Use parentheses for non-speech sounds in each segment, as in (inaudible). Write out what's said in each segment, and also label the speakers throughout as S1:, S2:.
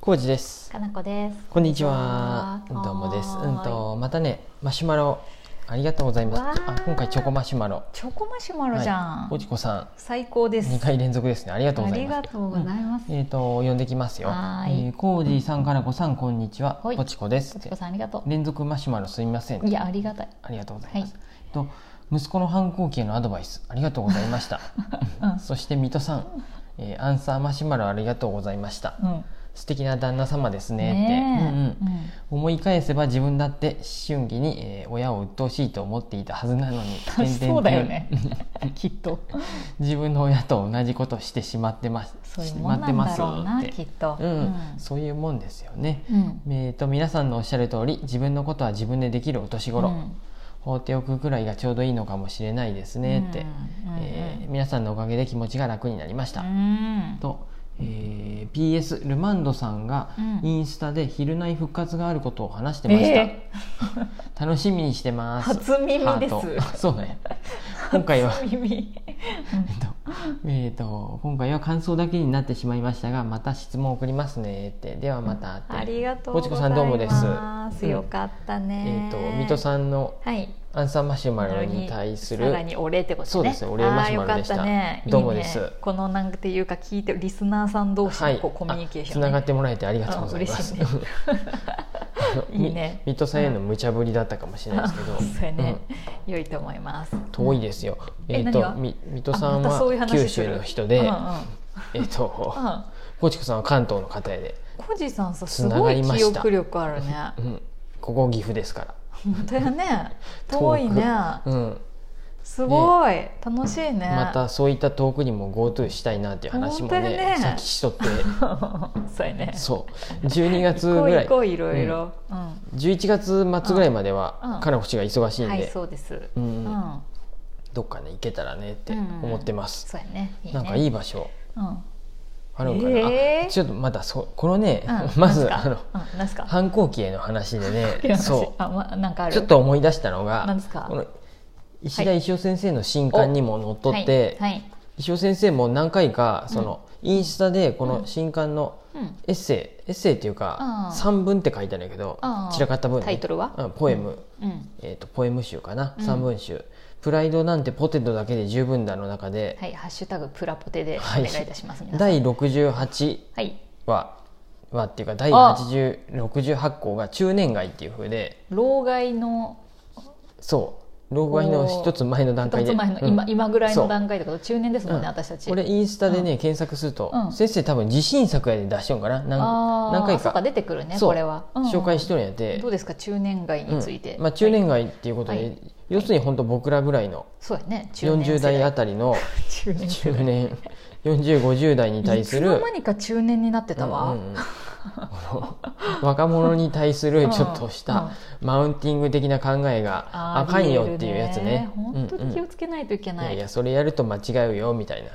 S1: コウジです。
S2: かなこです。
S1: こんにちは。
S2: こんにち
S1: ど
S2: は
S1: うもです。
S2: は
S1: う
S2: ーい
S1: んとまたねマシュマロありがとうございます。
S2: わ
S1: あ
S2: ー
S1: 今回チョコマシュマロ。
S2: チョコマシュマロじゃん。
S1: おじこさ
S2: 最高で
S1: ん
S2: す。
S1: 二回連続ですね。ありがとう
S2: あ
S1: ござい
S2: り
S1: ます。
S2: がとうございます。
S1: えっ、と呼んできますよ。
S2: はーい
S1: えーコウジさんからこさんこんにちは。
S2: はい
S1: ポチコです
S2: ポ。チコさんありがと
S1: 連続マシュマロすみません。
S2: う。いやありがたい。
S1: ありがとうございます。
S2: は
S1: と息子の反抗期へのアドバイスありがとうございました。
S2: うん
S1: (laughs) そして水戸さん、えーアンサーマシュマロありがとうございました。
S2: うん。
S1: 素敵な旦那様ですねって。
S2: ね
S1: うんうん思い返せば自分だって思春期に、えー親を鬱陶しいと思っていたはずなのに
S2: え。うん。 (laughs) そうだよね
S1: 点々。
S2: きっと
S1: 点自分の親と同じことしてしまってます
S2: そうい
S1: し
S2: う
S1: て
S2: も
S1: ま
S2: ん
S1: っ
S2: な
S1: て
S2: ん
S1: ま
S2: だ
S1: す
S2: ろうな
S1: って
S2: きっと。
S1: うんそういうもんですよね、
S2: うん。
S1: えー、と皆さんのおっしゃる通り自分のことは自分でできるお年頃、
S2: うん
S1: 放っておくくらいがちょうどいいのかもしれないですねって、
S2: うんうん
S1: えー皆さんのおかげで気持ちが楽になりました、
S2: うん。
S1: と、えー PS ルマンドさんが
S2: うん
S1: インスタで「昼内復活があることを話してました、
S2: え
S1: 楽しみにしてます
S2: 初耳です
S1: ハートそうね
S2: ー
S1: 今回は
S2: 初耳。
S1: (laughs) えっとえっと今回は感想だけになってしまいましたがまた質問送りますねってではまたって
S2: ありがとう
S1: ぼ
S2: ご
S1: ち
S2: ざいます。
S1: こさんどうもですうん
S2: よかった
S1: え
S2: ね
S1: っ。と水戸さんの
S2: はい。
S1: アンサーマシュマロに対する
S2: さらにお礼ってことね
S1: そうですお礼マシュマロでした
S2: あーよかっね
S1: どうもです
S2: いいねこのなんていうか聞いてるリスナーさん同士
S1: は
S2: の
S1: い
S2: こうコミュニケーショ
S1: つ
S2: ン
S1: な
S2: ね、
S1: がってもらえてありがとうございます
S2: あ嬉しいね
S1: あの
S2: いいね
S1: (laughs) み水戸さんへの無茶ぶりだったかもしれないですけど
S2: (laughs) そうやね、
S1: うん
S2: 良いと思います
S1: 遠いですよ、え
S2: え
S1: っ
S2: 何が
S1: とみ水戸さん
S2: あまたそういう
S1: は
S2: 話する
S1: 九州の人で、
S2: うんうん
S1: えっと
S2: うん
S1: ぼちこさんは関東の方やで、
S2: コジさんさす
S1: つな
S2: ご
S1: がり
S2: い
S1: ま
S2: 記
S1: した
S2: 憶力あるね
S1: うん、ここ岐阜ですから
S2: 本当や
S1: (laughs)
S2: ね遠いね
S1: くうん、
S2: すごい、楽しいね
S1: またそういった遠くにも GoTo したいなっていう話も
S2: 本当
S1: ね
S2: (laughs) やね
S1: さっきしとって
S2: (laughs) そうやね
S1: そう12月
S2: 行こ
S1: ぐ
S2: う
S1: ら
S2: 行
S1: い
S2: (laughs) こういろいろ、うん
S1: 11月末ぐらいまで
S2: うんう
S1: は
S2: ん
S1: 彼の口が忙しいんで、
S2: はいそうです
S1: う
S2: うんん、
S1: どっかね行けたらねって
S2: うん
S1: 思ってます、
S2: そうやねいいね
S1: なんかい
S2: い、
S1: い場所
S2: うん
S1: あるんかな、
S2: えー
S1: あちょっとまだそうこのね、
S2: うん
S1: (laughs) まず
S2: な
S1: あ
S2: んす
S1: の
S2: かうん、なんすか
S1: 反抗期への話で
S2: (laughs)
S1: ね
S2: そ
S1: そう
S2: あ、ま、なんかある
S1: ちょっと思い出したのが
S2: 何ですか
S1: この石田一生先生の新刊にものっとって、
S2: はい、はい
S1: 石尾先生も何回かそのインスタでこの新刊の
S2: うん、
S1: エッセイエッセイっていうか
S2: うん
S1: 散文って書いてあるんやけど
S2: うん
S1: 散らかった分ね
S2: タイトルは
S1: うんポエム
S2: うん、
S1: えーとポエム集かな
S2: うん
S1: 散文集「プライドなんてポテトだけで十分だ」の中で
S2: はい、ハッシュタグプラポテで
S1: はい
S2: お願いいたします。皆さん
S1: 第68
S2: はい、
S1: 話話っていうか第
S2: あ
S1: 80 68項が中年街っていう風で
S2: 老害の
S1: そう老害の一つ前の段階
S2: 一
S1: で
S2: つ前の
S1: うん
S2: 今、今ぐらい
S1: そ
S2: の
S1: う
S2: 段階とか中年ですもんね、
S1: うん
S2: 私たち。
S1: これインスタでね、検索すると、
S2: うん
S1: 先生多分自信作やで出しよんかななん
S2: あー
S1: 何回
S2: そう
S1: か
S2: か出てくるね、
S1: そう
S2: これは。うん
S1: 紹介しとるんやで、
S2: どうですか、中年街について。
S1: うんまあ、中年
S2: はい
S1: 街っていうことで、
S2: はい
S1: 要するに本当僕らぐらいの
S2: そうやね、中年
S1: 40代あ
S2: た
S1: たりの
S2: (laughs) 中年
S1: 中
S2: 世代。
S1: 年4050代に対す
S2: (laughs) いつの
S1: る
S2: 間にか中年になってたわ。
S1: うんうんうんこの若者に対するちょっとし
S2: うん
S1: たマウンティング的な考えがあかんよっていうやつね
S2: 本当に気
S1: うんう
S2: を
S1: ん
S2: つけないといけ
S1: い
S2: ない。
S1: やいやそれやると間違うよみたいな、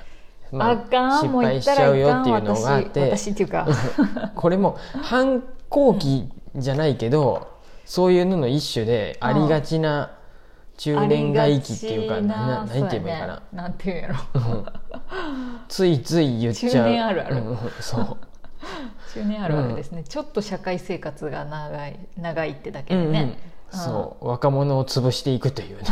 S1: ま
S2: あかん
S1: 失
S2: もう言
S1: 敗
S2: っ
S1: したち
S2: ら
S1: ゃう
S2: いか
S1: よ
S2: ん
S1: っていうのがあっ
S2: 私
S1: て
S2: 私っていうか
S1: (laughs) これも反抗期じゃないけど、そういうのの一種でありがちな中年外期っていうか、なな何て言えばいいかな、
S2: そうやねなんて言うんやろ
S1: ついつい言っちゃう
S2: 中年あるある
S1: うんうんそう
S2: 中年あるあるですね、ちょっと社会生活が長い (laughs) 長いってだけで
S1: うんうん
S2: ね、うん
S1: そう若者を潰していくというね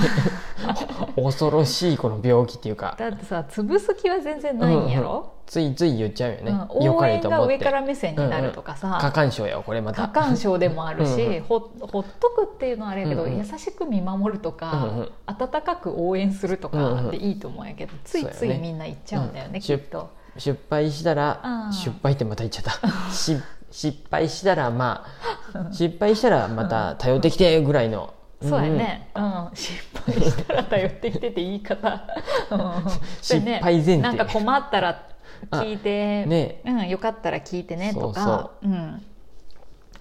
S1: (laughs) 恐ろしいこの病気っていうか
S2: だってさ潰す気は全然ないんやろ、
S1: ついつい言っちゃうよね、
S2: うん
S1: 良
S2: 応
S1: かれ
S2: 援
S1: と
S2: が
S1: 思っ
S2: 上
S1: て
S2: から目線になるとか
S1: 過
S2: さ、
S1: 干渉やわこれまた
S2: 過干渉でもあるし、
S1: うんうん
S2: ほほっとくっていうのはあれやけど、
S1: うんうん
S2: 優しく見守るとか、
S1: うんうん
S2: 温かく応援するとかっていいと思うんやけど、ついつ
S1: そうや
S2: い
S1: ね
S2: みんな言っちゃうんだよね、
S1: うん
S2: きっと。
S1: 失敗した
S2: あ
S1: ら
S2: ー
S1: 失敗ってまた言っちゃった (laughs) し失敗したらまあ失敗したらまた頼ってきてぐらいの、
S2: そうや
S1: んん
S2: ね、うん失敗したら頼ってきてって言い方、うんそうやね
S1: (laughs) 失敗前提
S2: なんか困ったら聞いて、
S1: あね
S2: うん、よかったら聞いてねとかうん、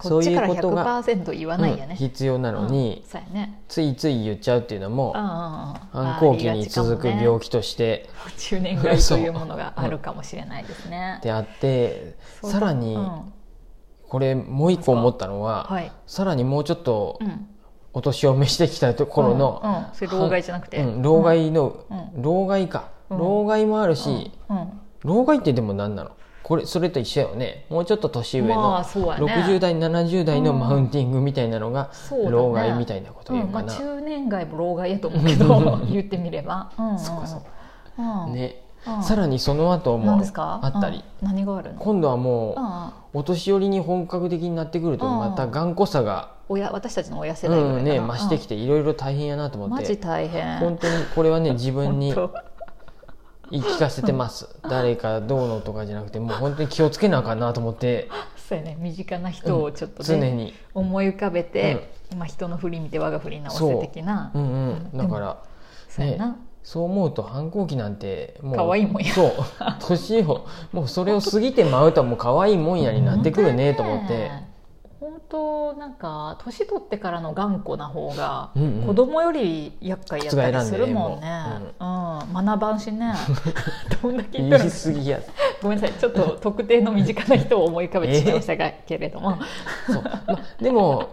S1: そ
S2: こ
S1: う
S2: っ
S1: い
S2: ち
S1: う
S2: から
S1: ことが
S2: 100%言わないよね、
S1: うん必要なの
S2: う
S1: に
S2: ん、そうやね、
S1: ついつい言っちゃうっていうのも、反
S2: 反
S1: 抗期に続く病
S2: 気、
S1: 気として
S2: 中年外というものがあるかもしれないですね
S1: であって、
S2: そう
S1: さらに
S2: うん
S1: これもう一個思ったのは、
S2: はい、
S1: さらにもうちょっと
S2: うん、
S1: お年を召してきたところの、
S2: うんうんそれ老害じゃなくて
S1: うん老害の、
S2: う
S1: 老害か、
S2: うん
S1: 老害もあるし、
S2: うんうん
S1: 老害ってでも何なのこれそれと一緒よねもうちょっと年上
S2: まあ
S1: の
S2: そうやね
S1: 60代70代の
S2: うん
S1: マウンティングみたいなのが
S2: そうだね
S1: 老害みたいなこと言うか
S2: うんま
S1: な
S2: あ、中年街も老害やと思うけど言ってみれば、うんうんうん、
S1: そっかそっか
S2: うん、
S1: ね
S2: うん
S1: さらにその後
S2: 何
S1: も
S2: ですか
S1: あったり、
S2: うん何があるの
S1: 今度はも
S2: う
S1: うんお年寄りに本格的になってくると
S2: うん
S1: また頑固さが、
S2: 親私たちの親世
S1: う
S2: 代ぐらいかな、
S1: んね、増してきていろいろ大変やなと
S2: うん
S1: 思っ
S2: マジ
S1: て
S2: 大変
S1: 本当にこれはね自分に
S2: 本
S1: 言い聞かせてます誰かどうのとかじゃなくてもう本当に気をつけなあかんなと思っ
S2: (laughs)
S1: て
S2: 当そうやね身近な人をちょっと
S1: 常
S2: ね、
S1: に
S2: 思い浮かべて、まあ、人の振り見て我が振り直せ的な
S1: うんう
S2: うん
S1: ん
S2: で
S1: だ
S2: も
S1: から
S2: そうやな、
S1: そう思うと反抗期なんてもう
S2: 可愛いもんや
S1: そう年をもうそれを過ぎてまうともう可愛いもんやになってくるねと
S2: 本
S1: 思っ
S2: 当や
S1: て
S2: ね本当なんか年取ってからの頑固な方が
S1: うんうん
S2: 子供より厄介やったりするもんね
S1: 覆、
S2: うん学ばんし
S1: (laughs)
S2: ねどんだけ
S1: 言
S2: 言っ
S1: い
S2: たら
S1: 過ぎや
S2: ごめんなさいちょっと特定の身近な人を思い浮かべてしまいましたが、けれども、
S1: そう、ま、でも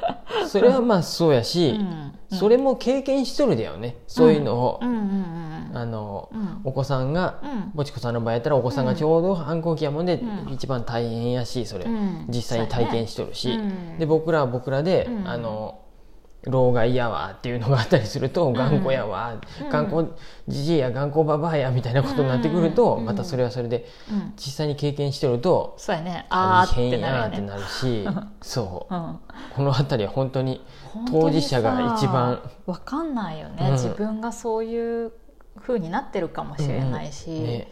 S1: それはまあそうやし、
S2: うん
S1: それも経験しとるだよねそういうのを、
S2: うんうんうんうん
S1: あの
S2: うん
S1: お子さんが
S2: うん
S1: ぼちこさんの場合やったらお子さんがちょうど反抗期やもんで、
S2: うん
S1: 一番大変やしそれ、
S2: うん
S1: 実際に体験しとるし、
S2: そうやねうん
S1: で僕らは僕らで、
S2: うん
S1: あの老害やわっていうのがあったりすると頑固やわ、
S2: うん
S1: 頑固じじいや頑固ばばあやみたいなことになってくると、
S2: うん
S1: またそれはそれで
S2: うん
S1: 実際に経験してると
S2: そうやね
S1: 大
S2: あーっ
S1: 変
S2: てなる
S1: や
S2: よ
S1: って
S2: ね
S1: なるし、
S2: (laughs)
S1: そう
S2: うん
S1: この辺りは本当に当事者が一番
S2: 分かんないよね、
S1: うん
S2: 自分がそういう風になってるかもしれないし、
S1: うんね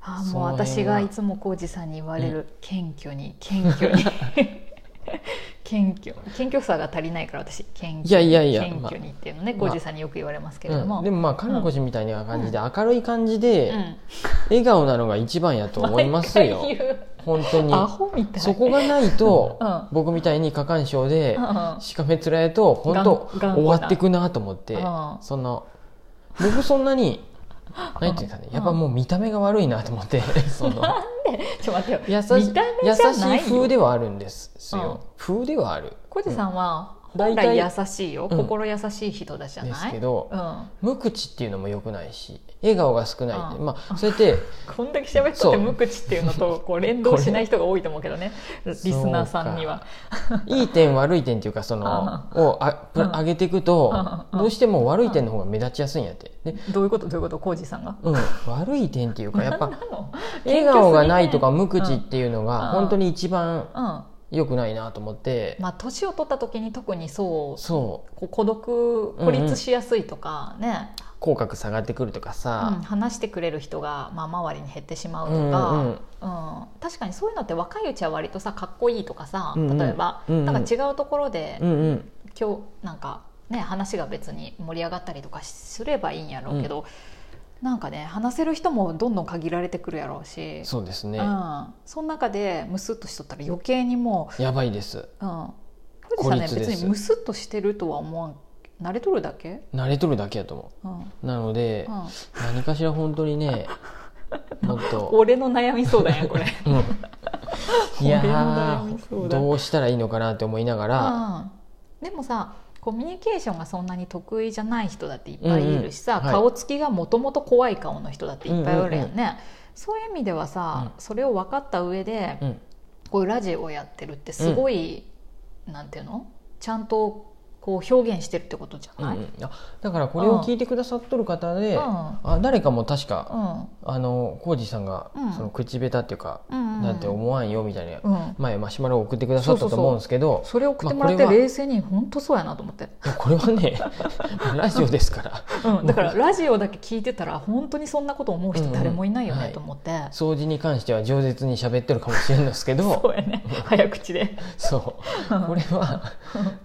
S2: ああ
S1: そ
S2: もう
S1: の辺は
S2: 私がいつも浩二さんに言われる謙虚
S1: (laughs)
S2: に謙虚に (laughs) 謙虚謙虚さが足りないから私謙虚に
S1: いやいやいや
S2: 謙虚にっていうのね
S1: まあ
S2: 浩二さんによく言われますけれども、
S1: うんでもまあ彼女みたいな感じで明るい感じで
S2: うん
S1: 笑顔なのが一番やと思いますよ
S2: (laughs) 毎回言
S1: 本当
S2: うア
S1: に
S2: ホみたい
S1: そこがないと
S2: うん
S1: 僕みたいに過干渉で
S2: うんうん
S1: しかめつらえと本当
S2: 頑頑固な
S1: 終わってくなと思って
S2: うん
S1: その僕そんなに何て言うんですかねやっぱもう見た目が悪いなと思
S2: (laughs)
S1: ってその
S2: なんで (laughs) ちょっと待って
S1: 優
S2: よ
S1: し
S2: 見た目じゃな
S1: 優
S2: い
S1: しい風
S2: よ
S1: ではあるんですよ風ではある
S2: 浩二さんは
S1: 大
S2: 本
S1: 体
S2: 来優しいよ、
S1: うん
S2: 心優しい人だじゃ
S1: で
S2: ない
S1: すけど
S2: うん
S1: 無口っていうのも良くないし笑顔が少ないって
S2: うん
S1: まあそうやって
S2: こんだけ喋っと
S1: そ
S2: っ
S1: う
S2: て無口っていうのとこう連動しない人が多いと思うけどねリスナーさんには。
S1: いい点悪い点っていうかそのをあプラ上げていくと
S2: うん
S1: どうしても悪い点の方が目立ちやすいんやってで、
S2: どういうことどういうこと浩二さんが
S1: うん、悪い点っていうかやっ (laughs)
S2: な
S1: ぱ
S2: の
S1: 笑顔がないとか
S2: 謙
S1: 無口っていうの
S2: うん
S1: が本当に一番
S2: 虚すぎねうん
S1: 良くないなと思って
S2: まあ年を取った時に特にそう
S1: そ
S2: こう孤独孤立しやすいとかね、
S1: う口角下がってくるとか
S2: うん
S1: さ、
S2: 話してくれる人が、まあ、周りに減ってしまうと
S1: うんうん
S2: か、うん確かにそういうのって若いうちは割とさかっこいいとかさ
S1: うんうん
S2: 例えば、
S1: うんうん
S2: なんか違うところで
S1: うんうん
S2: 今日なんかね話が別に盛り上がったりとかすればいいんやろうけど、なんかね話せる人もどんどん限られてくるやろうし
S1: そうです
S2: う
S1: ね、
S2: ん、その中でムスッとしとったら余計にも
S1: やばいです
S2: う、うん、富士山ね
S1: 孤立です
S2: 別にムスッとしてるとは思わん慣れとるだけ、
S1: 慣れとるだけやと思
S2: うんうん、
S1: うなので、何かしら本当に (laughs) ねもっと
S2: 俺の悩み相談や
S1: (laughs)
S2: これ
S1: うん、いや
S2: 俺の悩み
S1: ー
S2: 相談
S1: どうしたらいいのかなって思いながら、
S2: うん、でもさコミュニケーションがそんなに得意じゃない人だっていっぱいいるしさ、
S1: うんうんはい
S2: 顔つきがもともと怖い顔の人だっていっぱいおるやんね、そういう意味ではさ、それを分かった上で、
S1: うん
S2: こういうラジオやってるってすごい、なんていうのちゃんとこう表現してるってことじゃ
S1: うんう
S2: ない、
S1: んあだからこれを聞いてくださっとる方で、
S2: うん
S1: あ誰かも確か、
S2: うん
S1: あの浩二さんが、
S2: うん
S1: その口下手っていうか、
S2: うんうん
S1: なんて思わんよみたいな、
S2: うん
S1: 前マシュマロを送ってくださったと思うんですけど
S2: それを送ってもらっ
S1: ま
S2: て
S1: あこれは
S2: 冷静に本当そうやなと思って、
S1: いやこれはね (laughs) ラジオですから
S2: うん、だからラジオだけ聞いてたら本当にそんなこと思う人誰もいないよ
S1: うん
S2: ね
S1: うん
S2: と思って、
S1: 掃除に関しては饒舌に喋ってるかもしれないですけ
S2: (laughs)
S1: ど
S2: そうやね早口で
S1: そう (laughs) これは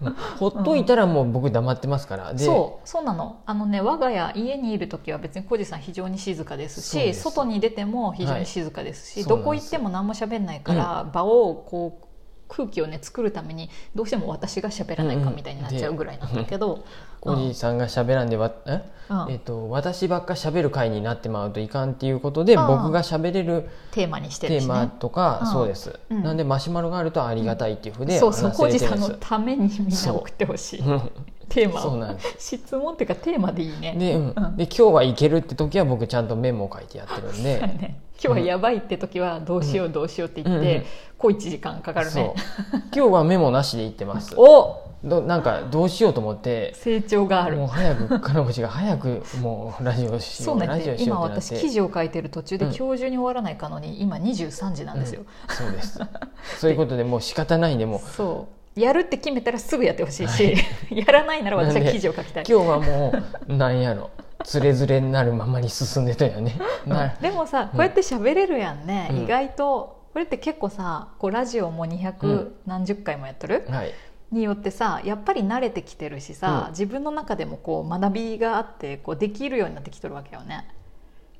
S1: うんほっといたらもう僕黙ってますからで
S2: そうそうなのあのね我が家家にいる時は別に小路さん非常に静かですし
S1: そうです
S2: 外に出ても非常に静かですし、
S1: はい
S2: どこ行っても何も喋んないから、場をこう空気をね作るためにどうしても私が喋らないかみたいになっちゃうぐらいなんだけど、
S1: 浩二さんが喋らんでわえ、
S2: うん
S1: えっと私ばっか喋る回になってまうといかんっていうことで
S2: あー
S1: 僕が喋れる
S2: テーマにしてる
S1: テー
S2: し
S1: マ
S2: ね
S1: とか、
S2: うん
S1: そうです、
S2: うん
S1: なんでマシュマロがあるとありがたいっていうふうで
S2: そうそう
S1: 話せ
S2: 小
S1: れ
S2: 路
S1: てる
S2: さ
S1: ん
S2: ん
S1: で
S2: の
S1: す
S2: ためにみんな
S1: そう
S2: 送ってほしい
S1: うん
S2: テーマ
S1: そう
S2: を
S1: なんです
S2: 質問っていうかテーマでいいね
S1: で,、うん
S2: うん
S1: で今日はいけるって時は僕ちゃんとメモを書いてやってるん
S2: そうや
S1: で
S2: ね今 (laughs) 日はやばいって時はどうしようどうしようって言って、
S1: うん
S2: こう1時間かかるね
S1: そう今日はメモなしで行ってます
S2: お
S1: どなんかどうしようと思って
S2: 成長がある
S1: もう早く金持ちが早くもうラジオし
S2: そ
S1: よ
S2: う
S1: う
S2: な
S1: ラ
S2: んで
S1: ジ
S2: す
S1: オ
S2: よ
S1: しよ
S2: 今
S1: うってなって
S2: 私記事を書いてる途中で
S1: うん
S2: 今日中に終わらないかのに今23時なんですよ、
S1: そうです
S2: (laughs)
S1: そういうことでもう仕方ないんでもう
S2: そうやるって決めたらすぐやってほしいし、やらないなら私
S1: なん
S2: は
S1: で
S2: 記事を書きたい
S1: 今日はもうなんやろつれづれになるままに進んでたよ
S2: (laughs)
S1: ね。な
S2: でもさ
S1: うん
S2: こうやって喋れるやんね、
S1: うん
S2: 意外とこれって結構さこうラジオも
S1: う
S2: 200
S1: ん
S2: 何十回もやってる、
S1: はい、
S2: によってさやっぱり慣れてきてるしさ、
S1: うん
S2: 自分の中でもこう学びがあってこうできるようになってきてるわけよね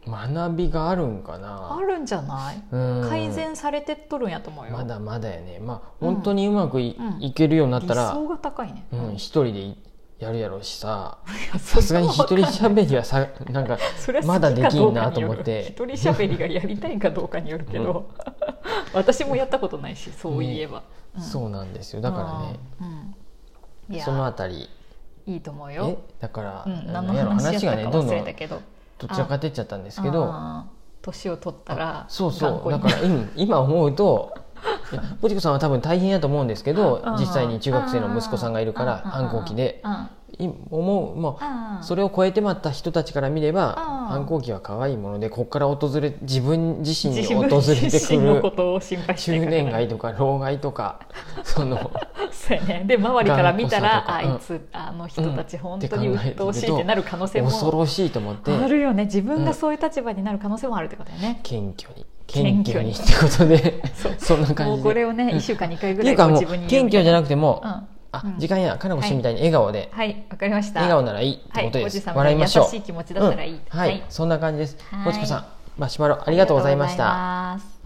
S1: 学びがあるんか
S2: あ
S1: な。
S2: るんじゃない
S1: うん
S2: 改善されてっとるんやと思うよ、
S1: まだまだやね。まあ
S2: うん
S1: 本当にうまくい,、
S2: うん
S1: いけるようになっ
S2: 理
S1: たら、
S2: 想が高いね、
S1: うん一人でやるやろうし
S2: (laughs)
S1: さ。
S2: さ
S1: さすがに一人喋りはさなんか
S2: (laughs) それは
S1: まだ
S2: 好き
S1: で
S2: か
S1: き
S2: ど
S1: ん
S2: う
S1: な
S2: か
S1: と
S2: によ
S1: 思
S2: る
S1: って
S2: 一人喋りがやりたいかどうかによるけど、 (laughs) 私もやったことないしそういえば、ん
S1: そうなんですよ。だからね、
S2: うん、うんい
S1: その
S2: や
S1: あたり
S2: いいと思う
S1: え
S2: よ、
S1: だから、
S2: うん、
S1: な
S2: 何
S1: ん
S2: の
S1: やろ
S2: 話
S1: 話
S2: や
S1: が
S2: った
S1: ね
S2: か
S1: どん
S2: 忘
S1: ど
S2: れ
S1: ん
S2: たけど
S1: どちらかってっちゃったんですけど。
S2: あー年を取ったら
S1: そうそう
S2: 頑
S1: だ
S2: 固
S1: か
S2: に
S1: ら、うん、今思う
S2: (laughs)
S1: といやポチコさんは多分大変やと思うんですけど
S2: うん
S1: 実際に中学生の息子さんがいるから
S2: うん
S1: 反抗期で
S2: うんうん
S1: い思う、ま
S2: うん
S1: あ、それを超えてまった人たちから見れば
S2: うん
S1: 反抗期は可愛いものでここから訪れ自分自身に
S2: 自
S1: 訪
S2: 分
S1: れて
S2: 自
S1: く
S2: 身の
S1: る
S2: ことを心配しない
S1: 中
S2: から
S1: 年街と
S2: (laughs)
S1: か老害とかその
S2: そうやねで周りから見た
S1: 頑
S2: らあ
S1: 固さ
S2: い
S1: と
S2: つあの人たち本当に
S1: うんって考えて
S2: 鬱
S1: ると
S2: 陶しいってなる可能性も
S1: 恐ろしいと思って
S2: あるよね自分がそういう立場になる可能性もあるってことだよね、
S1: 謙虚に謙
S2: 謙
S1: 虚
S2: 虚
S1: に
S2: に
S1: ってこと
S2: (laughs)
S1: でそんな
S2: も
S1: 感
S2: う
S1: じ
S2: こ
S1: で。
S2: れをね1週間2回
S1: っ
S2: ぐ
S1: て
S2: ら
S1: い
S2: いうこ
S1: か
S2: う
S1: もう
S2: 自分に
S1: 謙
S2: 言うみた
S1: 虚
S2: い
S1: じゃなくても、
S2: うん
S1: あ
S2: うん
S1: 時間やかなこしみたいに笑顔で、
S2: はいわかりました
S1: 笑顔ならいいって
S2: は
S1: こ
S2: い
S1: とで
S2: お
S1: す、
S2: じさま
S1: 笑い
S2: に優
S1: ま
S2: し
S1: しょう
S2: い気持ちだったらいい、
S1: うんはい、そんな感じです
S2: はい
S1: もちこさんマシュマロありがとうございました
S2: ありがとうございます